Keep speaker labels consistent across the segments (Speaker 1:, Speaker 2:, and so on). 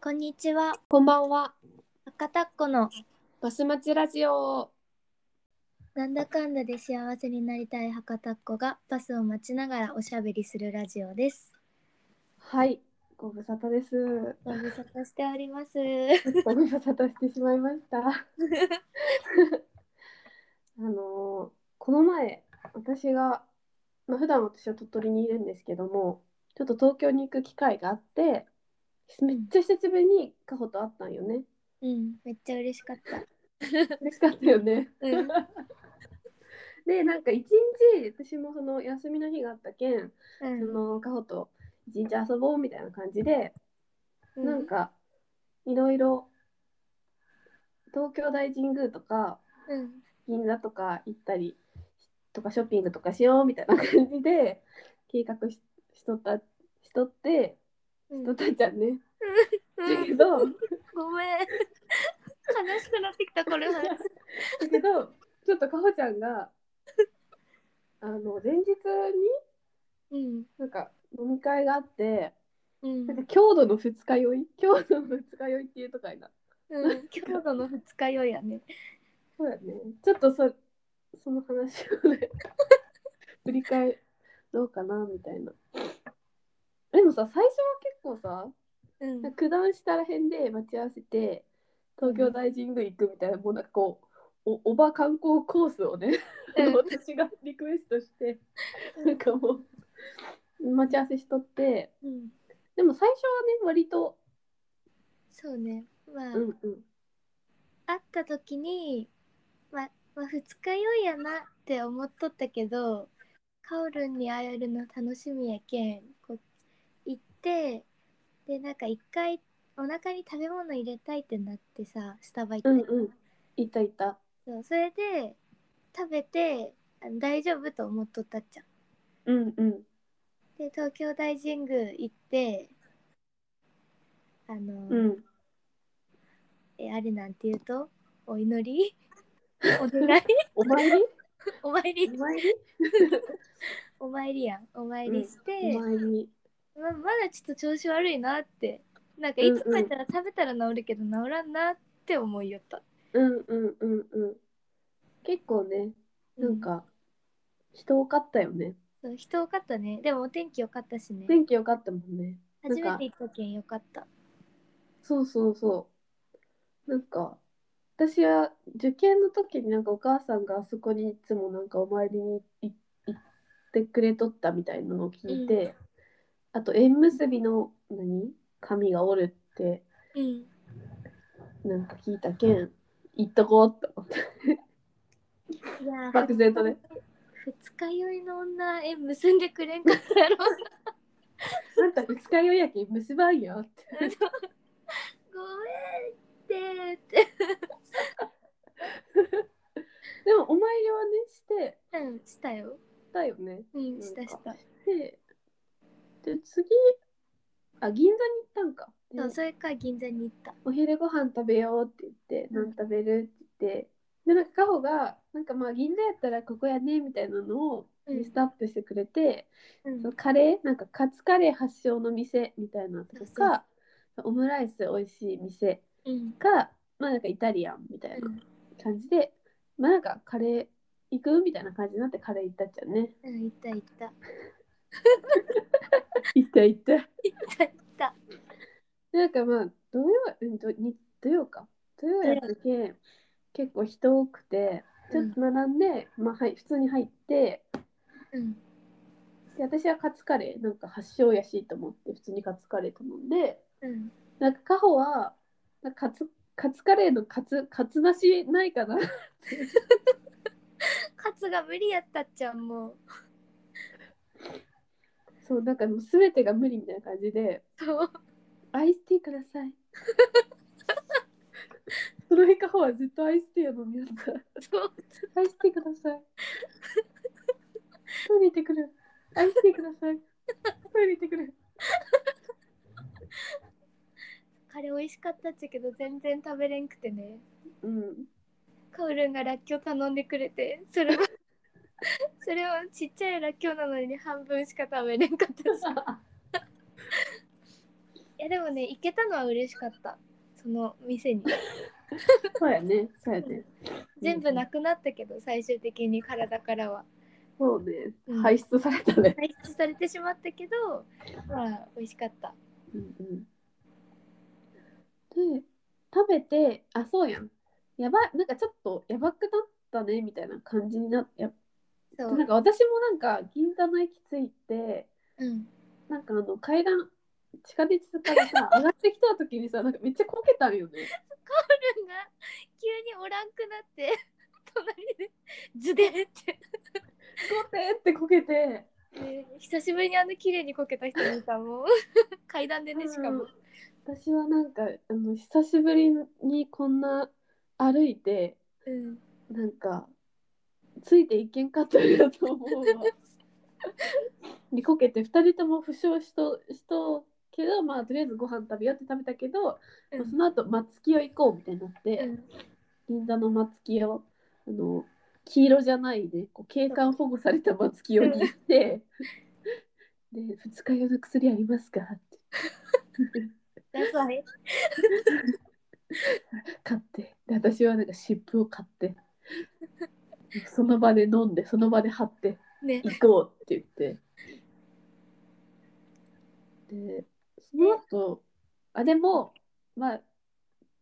Speaker 1: こんにちは。
Speaker 2: こんばんは。
Speaker 1: 赤たっこの
Speaker 2: バスマチラジオ。
Speaker 1: なんだかんだで幸せになりたい博多っ子がバスを待ちながらおしゃべりするラジオです。
Speaker 2: はい、ご無沙汰 です。
Speaker 1: ご無沙汰しております。
Speaker 2: ご無沙汰してしまいま した。あのーこの前、私が、まあ、普段私は鳥取にいるんですけども、ちょっと東京に行く機会があって、めっちゃ久しぶりにカホと会ったんよね。
Speaker 1: うん、めっちゃ嬉しかった。
Speaker 2: 嬉しかったよ ね。
Speaker 1: うん、
Speaker 2: で、なんか一日、私もその休みの日があったけん、そのカホと一日遊ぼうみたいな感じで、
Speaker 1: うん、
Speaker 2: なんかいろいろ東京大神宮とか
Speaker 1: うん、
Speaker 2: 銀座とか行ったりとかショッピングとかしようみたいな感じで計画ししとったしとって
Speaker 1: うん
Speaker 2: しとったじゃんね。だけ
Speaker 1: うん、
Speaker 2: ど
Speaker 1: ごめん。悲しくなってきたこれは。
Speaker 2: だけどちょっとかほちゃんがあの前日に
Speaker 1: うん、
Speaker 2: なんか飲み会があって
Speaker 1: うん
Speaker 2: な、んか郷土の二日酔い郷土の二日酔いっていうとかにな
Speaker 1: うん、強度の二日酔いやね。
Speaker 2: そうやね。ちょっとそその話を ね、振り返どうかなみたいな。でもさ、最初は結構さ、
Speaker 1: うん、
Speaker 2: 九段下ら辺で待ち合わせて、東京大神宮行くみたいな、もうなんかこう、おおば観光コースをね、
Speaker 1: うん、
Speaker 2: 私がリクエストして、なんかもう、待ち合わせしとって、
Speaker 1: うん、
Speaker 2: でも最初はね、割と、
Speaker 1: そうね。まあ。
Speaker 2: うんうん、
Speaker 1: 会った時にままあ二日酔いやなって思っとったけどカオルンに会えるの楽しみやけんこう行ってでなんか一回お腹に食べ物入れたいってなってさスタバ行った
Speaker 2: う
Speaker 1: り
Speaker 2: んうん、いたいた。
Speaker 1: そうそれで食べてあの大丈夫と思っとったっちゃん
Speaker 2: うんうん。
Speaker 1: で東京大神宮行ってあの、
Speaker 2: うん。
Speaker 1: えあれなんて言うとお祈り お願い
Speaker 2: お参り
Speaker 1: お参り
Speaker 2: お参り
Speaker 1: お参りやんお参りして、
Speaker 2: お参り。
Speaker 1: ままだちょっと調子悪いなってなんかいつもやったら食べたら治るけど治らんなって思いよった、
Speaker 2: うんうんうんうん。結構ね、なんか、人多かったよね。
Speaker 1: そう人多かったねでもお天気良かったしね
Speaker 2: 天気良かったもんね。
Speaker 1: 初
Speaker 2: な
Speaker 1: め
Speaker 2: んか
Speaker 1: て行ったけん良かった
Speaker 2: そうそうそう。なんか、私は受験の時になんかお母さんがあそこにいつもなんかお参りに行行ってくれとったみたいなのを聞いて、あと縁結びの何神がおるって
Speaker 1: うん
Speaker 2: なんか聞いたけん、行っとこうって思って。
Speaker 1: いやー
Speaker 2: 漠然とね。
Speaker 1: 二日酔いの女縁結んでくれんかったやろ
Speaker 2: あんた二日酔いやけん結ばんよって。
Speaker 1: ごめんってって
Speaker 2: でもお参りはねして
Speaker 1: うんしたよ
Speaker 2: たよね。
Speaker 1: うんしたした
Speaker 2: でで次あ銀座に行ったんか。
Speaker 1: そう
Speaker 2: で
Speaker 1: それから銀座に行った
Speaker 2: お昼ご飯食べようって言って
Speaker 1: うん
Speaker 2: 何食べるって言って。でなんかカホがなんかまあ銀座やったらここやねみたいなのを
Speaker 1: うん
Speaker 2: リストアップしてくれて、
Speaker 1: うん
Speaker 2: そのカレーなんかカツカレー発祥の店みたいなのとかオムライス美味しい店
Speaker 1: うん
Speaker 2: かまあなんかイタリアンみたいな感じで、まあなんかカレー行くみたいな感じになってカレー行ったっちゃうね。
Speaker 1: うん行った行った
Speaker 2: 行った行った。
Speaker 1: 行った
Speaker 2: なんかまあ土曜うん土に土曜か土曜やったけ結構人多くてちょっと並んで、まあはい普通に入って
Speaker 1: うん
Speaker 2: で私はカツカレーなんか発祥やしと思って普通にカツカレー頼んで
Speaker 1: うん
Speaker 2: なんかカホはなんかカツカツカレーのカツカツなしないかな
Speaker 1: カツが無理やったっちゃんもう
Speaker 2: そうなんかもう全てが無理みたいな感じで
Speaker 1: そう
Speaker 2: アイスティーくださいその日カホはずっとアイスティーを飲みよった
Speaker 1: そう
Speaker 2: 愛してください。トイレ行ってくる。愛してください。トイレ行ってくる。
Speaker 1: カレー美味しかったっちゃけど全然食べれんくてね
Speaker 2: うん。
Speaker 1: カオルンがらっきょう頼んでくれてそれは それはちっちゃいらっきょうなのに半分しか食べれんかったしやでもね行けたのは嬉しかったその店に
Speaker 2: そうやね、そうやね。
Speaker 1: 全部なくなったけど最終的に体からは
Speaker 2: そうね
Speaker 1: う、ん
Speaker 2: 排出されたね。
Speaker 1: 排出されてしまったけどまあ美味しかった
Speaker 2: うんうん、で食べてあそうやんやばなんかちょっとやばくなったねみたいな感じになってやっ
Speaker 1: そ
Speaker 2: なん
Speaker 1: う
Speaker 2: か私もなんか銀座の駅着いて
Speaker 1: うん
Speaker 2: なんかあの階段地下鉄からさ上がってきた時にさなんかめっちゃこけたんよね
Speaker 1: ルンが急におらんくなって隣でズデンって
Speaker 2: こけってこけて
Speaker 1: で久しぶりにあの綺麗にこけた人見たもん階段でねしかも、
Speaker 2: うん私はなんかあの久しぶりにこんな歩いて
Speaker 1: うん、
Speaker 2: なんかついていけんかったやと思 うわ。にこけて2人とも負傷しとしとけどまあとりあえずご飯食べようって食べたけど、まあ
Speaker 1: うん
Speaker 2: その後松木屋行こうみたいになっ
Speaker 1: う
Speaker 2: て、
Speaker 1: ん
Speaker 2: 銀座の松木屋をあの黄色じゃないねこう景観保護された松木屋に行って「で二日酔いの薬ありますか?」って
Speaker 1: ダサい
Speaker 2: 買ってで私はなんか湿布を買ってその場で飲んでその場で貼って
Speaker 1: ね
Speaker 2: 行こうって言ってでその後あでもまあ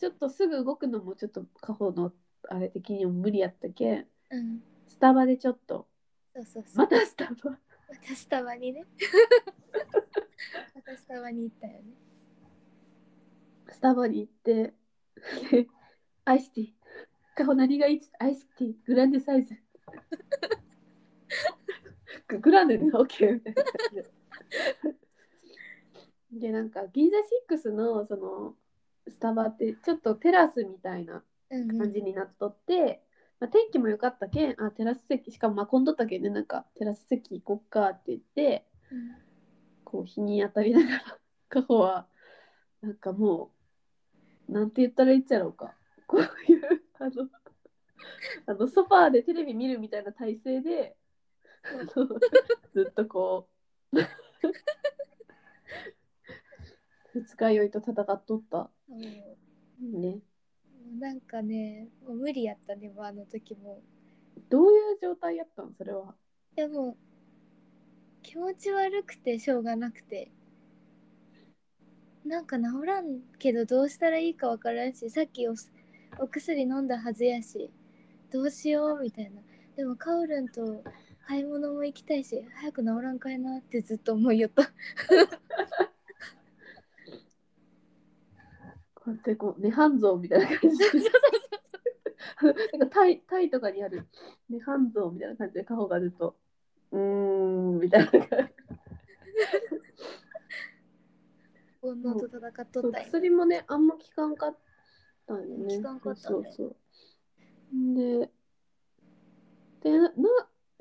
Speaker 2: ちょっとすぐ動くのもちょっと過保のあれ的にも無理やったけん
Speaker 1: うん
Speaker 2: スタバでちょっと
Speaker 1: そうそうそう
Speaker 2: またスタバ
Speaker 1: またスタバにねまたスタバに行ったよね
Speaker 2: スタバに行って でアイスティーカホ何がいいアイスティーグランデサイズググランデで OK みたいな感じ ででなんか銀座6のそのスタバってちょっとテラスみたいな
Speaker 1: うんう
Speaker 2: 感
Speaker 1: ん
Speaker 2: じになっとって、まあ、天気も良かったけんあテラス席しかもまあ混んどったけんねなんかテラス席行こっかって言って
Speaker 1: うん
Speaker 2: こう日に当たりながらカホはなんかもうなんて言ったらいいっちゃろうかこういうあのあのソファーでテレビ見るみたいな体勢であのずっとこう二日酔いと戦っとった
Speaker 1: そうも
Speaker 2: ね
Speaker 1: うなんかねもう無理やったねもうあの時も
Speaker 2: どういう状態やったんそれは
Speaker 1: でも気持ち悪くてしょうがなくてなんか治らんけどどうしたらいいかわからんしさっきおお薬飲んだはずやしどうしようみたいなでもカオルンと買い物も行きたいし早く治らんかいなってずっと思いよった
Speaker 2: こうやってこう涅槃像みたいな感じでなんかタイタイとかにある涅槃像みたいな感じでカホがずっと「うーん」みたいな感じ
Speaker 1: 煩悩と戦っと
Speaker 2: そう
Speaker 1: ったんや
Speaker 2: 薬もねあんま効かんかったんよね
Speaker 1: 効かんかったね
Speaker 2: そうそうそうででなな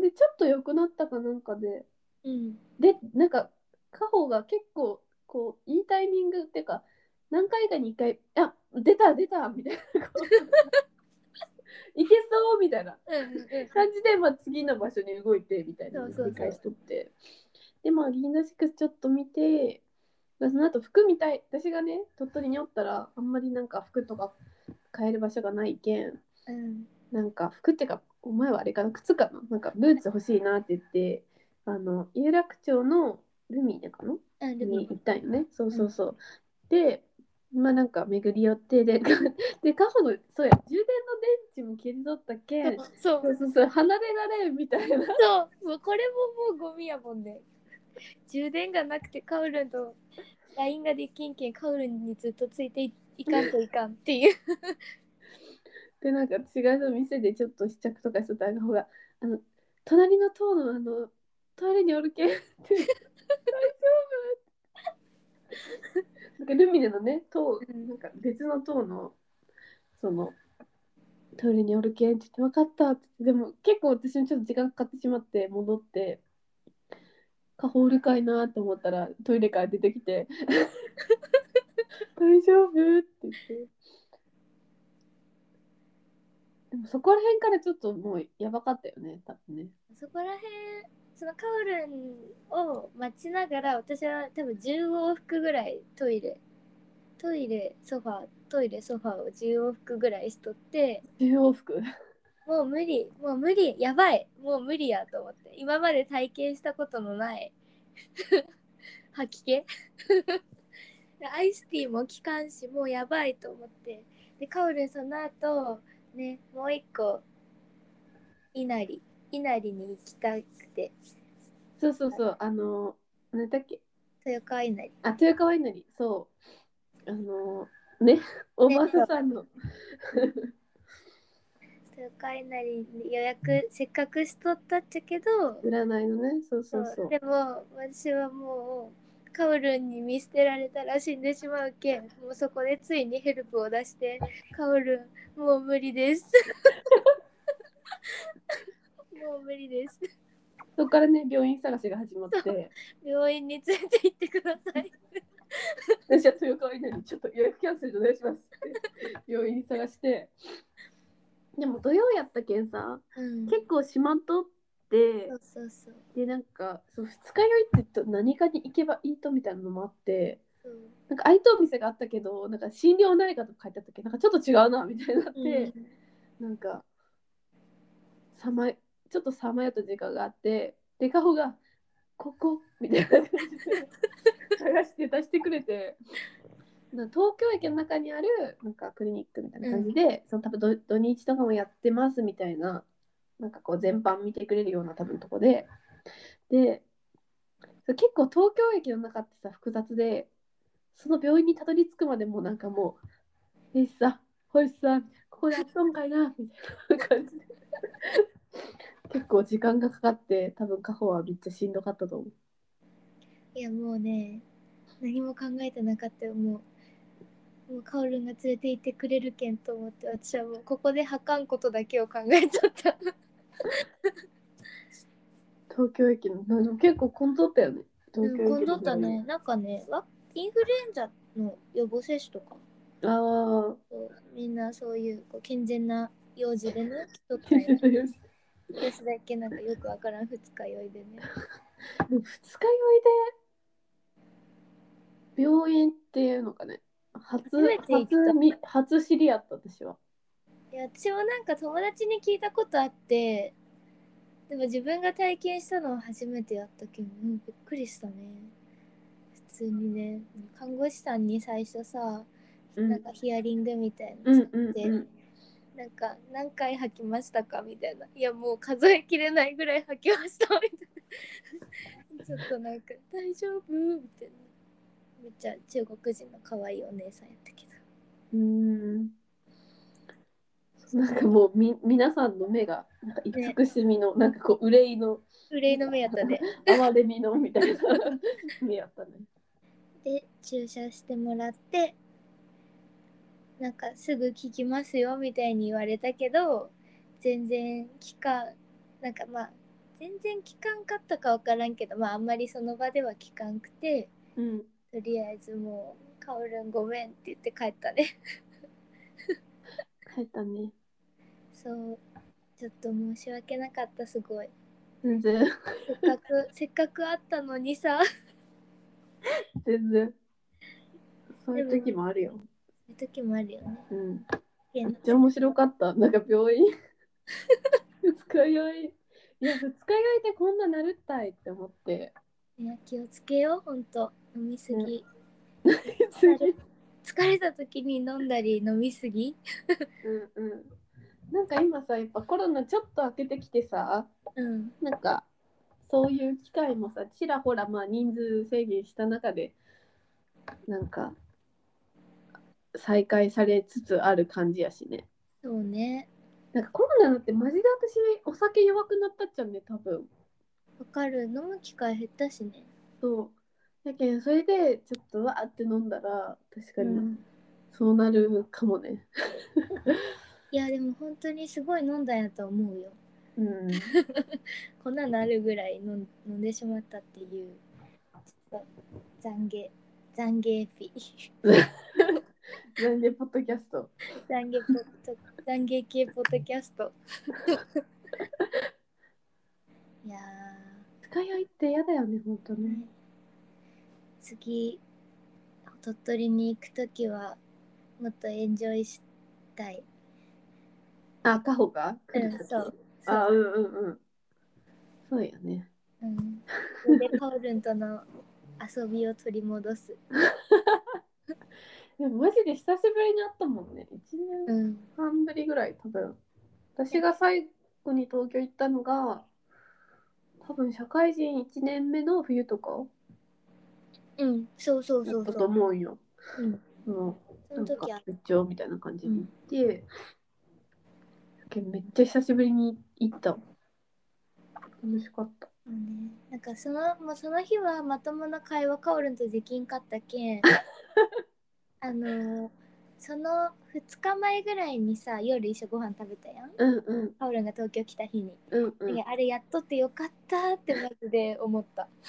Speaker 2: でちょっと良くなったかなんかで
Speaker 1: うん
Speaker 2: でなんかカホが結構こういいタイミングっていうか何回かに1回「あ出た出た」みたいなこういけそうみたいな
Speaker 1: うんうんうん
Speaker 2: 感じで、まあ、次の場所に動いてみたいなのを
Speaker 1: そうそうそう
Speaker 2: 繰り返しとってでまあ銀座シックスちょっと見てまあその後服見たい私がね鳥取におったらあんまりなんか服とか買える場所がないけん
Speaker 1: うん
Speaker 2: なんか服っていうかお前はあれかな靴かななんかブーツ欲しいなって言ってあの有楽町のルミネかな
Speaker 1: うんル
Speaker 2: に
Speaker 1: ミ
Speaker 2: 行ったんよねそうそうそう、でまあなんか巡り寄ってで でカホのそうや充電の電池も切り取ったけん
Speaker 1: そう
Speaker 2: そうそうそう離れられんみたいな
Speaker 1: そう、もうこれももうゴミやもんね。充電がなくてカウルンと LINE ができんけんカウルンにずっとついていいかんといかんっていう。
Speaker 2: でなんか違う店でちょっと試着とかしとったあの方があの隣の塔のあのトイレにおるけんって 大丈夫なんかルミネのね塔
Speaker 1: うん
Speaker 2: なんか別の塔のそのトイレにおるけんって言って分かったって言ってでも結構私もちょっと時間かかってしまって戻ってカホールかいなと思ったらトイレから出てきて 「大丈夫?」って言って。でもそこら辺からちょっともうやばかったよね、多分ね。
Speaker 1: そこらへん、そのカオルンを待ちながら私は多分10往復ぐらいトイレトイレソファートイレソファーを10往復ぐらいしとって
Speaker 2: 重往復
Speaker 1: もう無理もう無理やばいもう無理やと思って今まで体験したことのない 吐き気でアイスティーも効かんしもうやばいと思ってでカオルンその後ねもう一個いなりいなりに行きたくて
Speaker 2: そうそうそうあの何だっけ
Speaker 1: 豊川いなり
Speaker 2: あ豊川稲荷そうあのねおばあさんの
Speaker 1: 豊川いなりに予約せっかくしとったっちゃけど
Speaker 2: 占いのねそうそうそう
Speaker 1: でも私はもうカオルンに見捨てられたら死んでしまうけんもうそこでついにヘルプを出して「カオルンもう無理 です」もう無理です
Speaker 2: そこからね病院探しが始まって
Speaker 1: 病院に連れて行ってください
Speaker 2: 私は豊川稲荷ちょっと予約キャンセルお願いします って病院探してでも土曜やったけんさ
Speaker 1: うん
Speaker 2: 結構しまっとって
Speaker 1: そうそうそう
Speaker 2: でなんかそう二日酔いって言うと何かに行けばいいとみたいなのもあって
Speaker 1: そう
Speaker 2: なんか空いたお店があったけどなんか診療内科とか書いてあったけどなんかちょっと違うなみたいになって。
Speaker 1: うん
Speaker 2: なんかさまちょっとさまよった時間があってでカホが「ここ」みたいな感じで探して出してくれてな東京駅の中にあるなんかクリニックみたいな感じで、その多分土土日とかもやってますみたいななんかこう全般見てくれるような多分とこででそう結構東京駅の中ってさ複雑でその病院にたどり着くまでもなんかもう「えいさほいさここでやっとんかいな」みたいな感じで結構時間がかかって多分カホはめっちゃしんどかったと思う
Speaker 1: いやもうね何も考えてなかったよもうもうカオルンが連れて行ってくれるけんと思って私はもうここで吐かんことだけを考えちゃった
Speaker 2: 東京駅のでも結構混んどったよね
Speaker 1: う
Speaker 2: 東
Speaker 1: ん
Speaker 2: 京
Speaker 1: 混ん
Speaker 2: 駅
Speaker 1: ど
Speaker 2: の
Speaker 1: ったねなんかねわインフルエンザの予防接種とか
Speaker 2: ああ
Speaker 1: こうみんなそういうこう健全な用事でね来とったん
Speaker 2: 緊
Speaker 1: や
Speaker 2: 張する
Speaker 1: 私だけなんかよくわからん二日酔いでね
Speaker 2: でも二日酔いで病院っていうのかね初
Speaker 1: 初めて行った
Speaker 2: 初み初知り合った私はい
Speaker 1: や私もなんか友達に聞いたことあってでも自分が体験したのは初めてやったけど、うん、びっくりしたね普通にね看護師さんに最初さ、
Speaker 2: うん
Speaker 1: なんかヒアリングみたいな
Speaker 2: う
Speaker 1: の
Speaker 2: ん
Speaker 1: さ
Speaker 2: うん
Speaker 1: で
Speaker 2: うん
Speaker 1: なんか何回吐きましたかみたいないやもう数えきれないぐらい吐きましたみたいなちょっとなんか大丈夫みたいなめっちゃ中国人の可愛いお姉さんやったけど
Speaker 2: うんなんかもうみ皆さんの目がなんか慈しみの、なんかこう憂いの
Speaker 1: 憂いの目やったね
Speaker 2: 哀れみのみたい な目やったね
Speaker 1: で注射してもらってなんかすぐ効きますよみたいに言われたけど全然効かんなんかまあ全然効かんかったか分からんけどまああんまりその場では効かんくて
Speaker 2: うん
Speaker 1: とりあえずもう「カオルンごめん」って言って帰ったね
Speaker 2: 帰ったね
Speaker 1: そうちょっと申し訳なかったすごい
Speaker 2: 全
Speaker 1: せ
Speaker 2: 然
Speaker 1: っかく せっかくあったのにさ そ
Speaker 2: 全然そういう時もあるよ、
Speaker 1: ういう時もあるよね
Speaker 2: うん、
Speaker 1: 変
Speaker 2: め
Speaker 1: な
Speaker 2: っちゃ面白かったなんか病院二日酔いいや二日酔いでこんななるったいって思 って
Speaker 1: いや気をつけようほんと飲みすぎ。
Speaker 2: ね次
Speaker 1: 疲れた時に飲んだり飲みすぎ
Speaker 2: うんうんなんか今さやっぱコロナちょっと明けてきてさ
Speaker 1: うん
Speaker 2: なんかそういう機会もさちらほらまあ人数制限した中でなんか再開されつつある感じやしね
Speaker 1: そうね
Speaker 2: なんかコロナだってマジで私お酒弱くなったっちゃうね多分
Speaker 1: わかる飲む機会減ったしね
Speaker 2: そうだけどそれでちょっとわーって飲んだら確か
Speaker 1: う
Speaker 2: に
Speaker 1: ん
Speaker 2: そうなるかもね
Speaker 1: いやでも本当にすごい飲んだんやと思うよ
Speaker 2: うん、
Speaker 1: こんなのあるぐらい飲ん飲んでしまったっていうちょっと懺悔懺悔エピ
Speaker 2: なんでポッドキャスト
Speaker 1: 懺悔ポッド 懺悔系ポッドキャスト いやー
Speaker 2: 二日酔いって嫌だよね、本当ね。
Speaker 1: 次鳥取に行くときはもっとエンジョイしたい
Speaker 2: あ、カホが来る
Speaker 1: うん
Speaker 2: 時
Speaker 1: そう
Speaker 2: あ、うんうんうん。そうよね。
Speaker 1: うん、それでカオルンとの遊びを取り戻す
Speaker 2: でもマジで久しぶりに会ったもんね。一
Speaker 1: う
Speaker 2: 年
Speaker 1: ん
Speaker 2: 半ぶりぐらい多分。私が最後に東京行ったのが、多分社会人一年目の冬とか
Speaker 1: うんそうそう
Speaker 2: だ
Speaker 1: そ
Speaker 2: っ
Speaker 1: う
Speaker 2: た
Speaker 1: そ
Speaker 2: と
Speaker 1: う
Speaker 2: 思うんよ。
Speaker 1: うん
Speaker 2: もう
Speaker 1: その
Speaker 2: なん
Speaker 1: 時は
Speaker 2: か出張みたいな感じで行って、けんめっちゃ久しぶりに行った。楽しかった。
Speaker 1: そうねなんかそのもうその日はまともな会話カオルンとできんかったけ んあのその2日前ぐらいにさ夜一緒ご飯食べたやん
Speaker 2: うんうん
Speaker 1: カオルンが東京来た日に、
Speaker 2: うんうん。
Speaker 1: いやあれやっとってよかったってマジで思った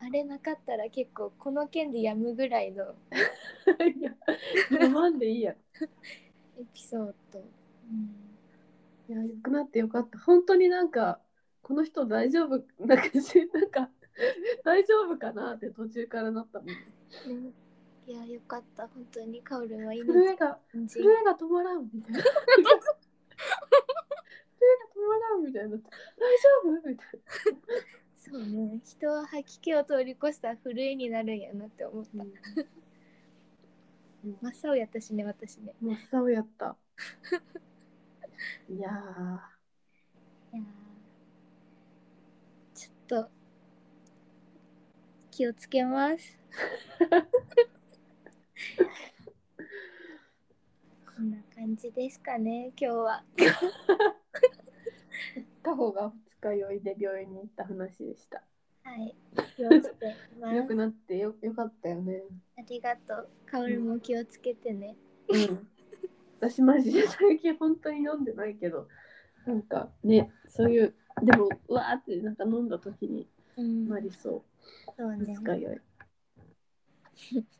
Speaker 1: あれなかったら結構この件でやむぐらいの
Speaker 2: いや飲まんでいいや。
Speaker 1: エピソード、うん
Speaker 2: いや、よくなってよかった。本当になんか、この人大丈夫、 なんか、しなんか、大丈夫かなって途中からなったもん。
Speaker 1: ねいやよかった本当にカオルンは
Speaker 2: 震え
Speaker 1: 命
Speaker 2: が、
Speaker 1: 感じ
Speaker 2: 震えが止まらんみたいな。震えが止まらんみたいな。大丈夫みたい
Speaker 1: そうね人は吐き気を通り越したら震えになるんやなって思った
Speaker 2: な。
Speaker 1: 真っ青やったしね私ね
Speaker 2: 真っ青やった。いやー、
Speaker 1: いやーちょっと気をつけます。 こんな感じですかね今日は。
Speaker 2: カホが二日酔いで病院に行った話でした。
Speaker 1: はい。気をつけま
Speaker 2: よく
Speaker 1: す。
Speaker 2: なってよよかったよね。
Speaker 1: ありがとう。カオルも気をつけてね。
Speaker 2: うん、私マジで最近本当に飲んでないけどなんかねそういうでもうわーってなんか飲んだ時に
Speaker 1: うん
Speaker 2: なりそ
Speaker 1: そう
Speaker 2: う
Speaker 1: ね
Speaker 2: 二。日酔い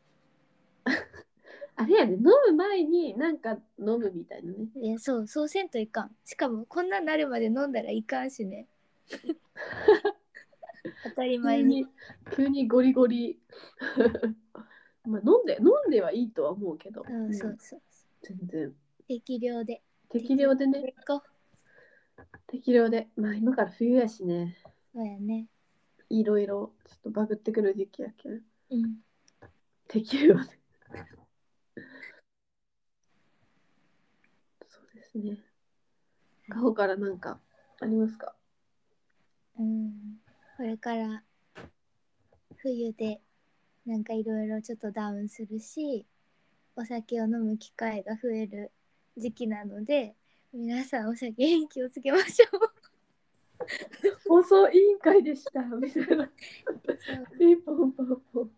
Speaker 2: あれやね飲む前になんか飲むみたいなね
Speaker 1: いやそうそうせんといかんしかもこんなんなるまで飲んだらいかんし ね当たり
Speaker 2: 急
Speaker 1: 前に
Speaker 2: に急にゴリゴリ まあ飲んで飲んではいいとは思うけど、
Speaker 1: うんそうそう
Speaker 2: 全然
Speaker 1: 適量で
Speaker 2: 適量でね
Speaker 1: 結構
Speaker 2: 適量でまあ今から冬やしね
Speaker 1: そうやね
Speaker 2: いろいろちょっとバグってくる時期やけん
Speaker 1: うん
Speaker 2: 適量で。そうですね。カホからなんかありますか
Speaker 1: うんこれから冬でなんかいろいろちょっとダウンするしお酒を飲む機会が増える時期なので皆さんお酒に気をつけましょう
Speaker 2: 放送委員会でしたみたい
Speaker 1: そ
Speaker 2: な。
Speaker 1: う
Speaker 2: ピンポンポンポン。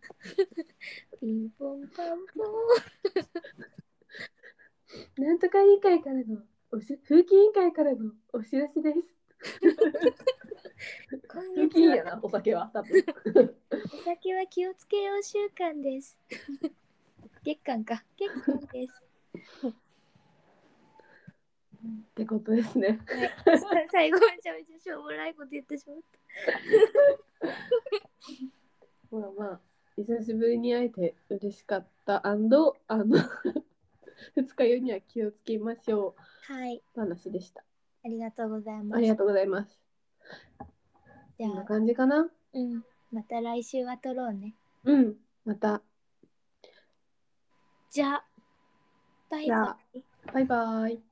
Speaker 1: ピンポンパンポン
Speaker 2: なんとか委員会からのおし風紀委員会からのお知らせです。
Speaker 1: 今
Speaker 2: 風紀
Speaker 1: 月
Speaker 2: 委員
Speaker 1: は
Speaker 2: やな、お酒は多分。
Speaker 1: お酒は気をつけよう習慣です。月間か。月間です。
Speaker 2: ってことですね。
Speaker 1: はい、 最後めちゃめちゃしょうもないこと言ってしまっ
Speaker 2: まあまあ、久しぶりに会えて嬉しかった。アンド、あの、二日酔いには気をつけましょ
Speaker 1: た。はい、
Speaker 2: う。話でした。
Speaker 1: ありがとうございま
Speaker 2: あ
Speaker 1: す。
Speaker 2: り
Speaker 1: じ
Speaker 2: がとうございます。
Speaker 1: ゃ
Speaker 2: こんな
Speaker 1: あ、
Speaker 2: 感じかな。
Speaker 1: うん、また来週は撮ろうね。
Speaker 2: うん。また。
Speaker 1: じゃあ、バイ
Speaker 2: じゃ
Speaker 1: バ
Speaker 2: あ
Speaker 1: イ。
Speaker 2: バイバイ。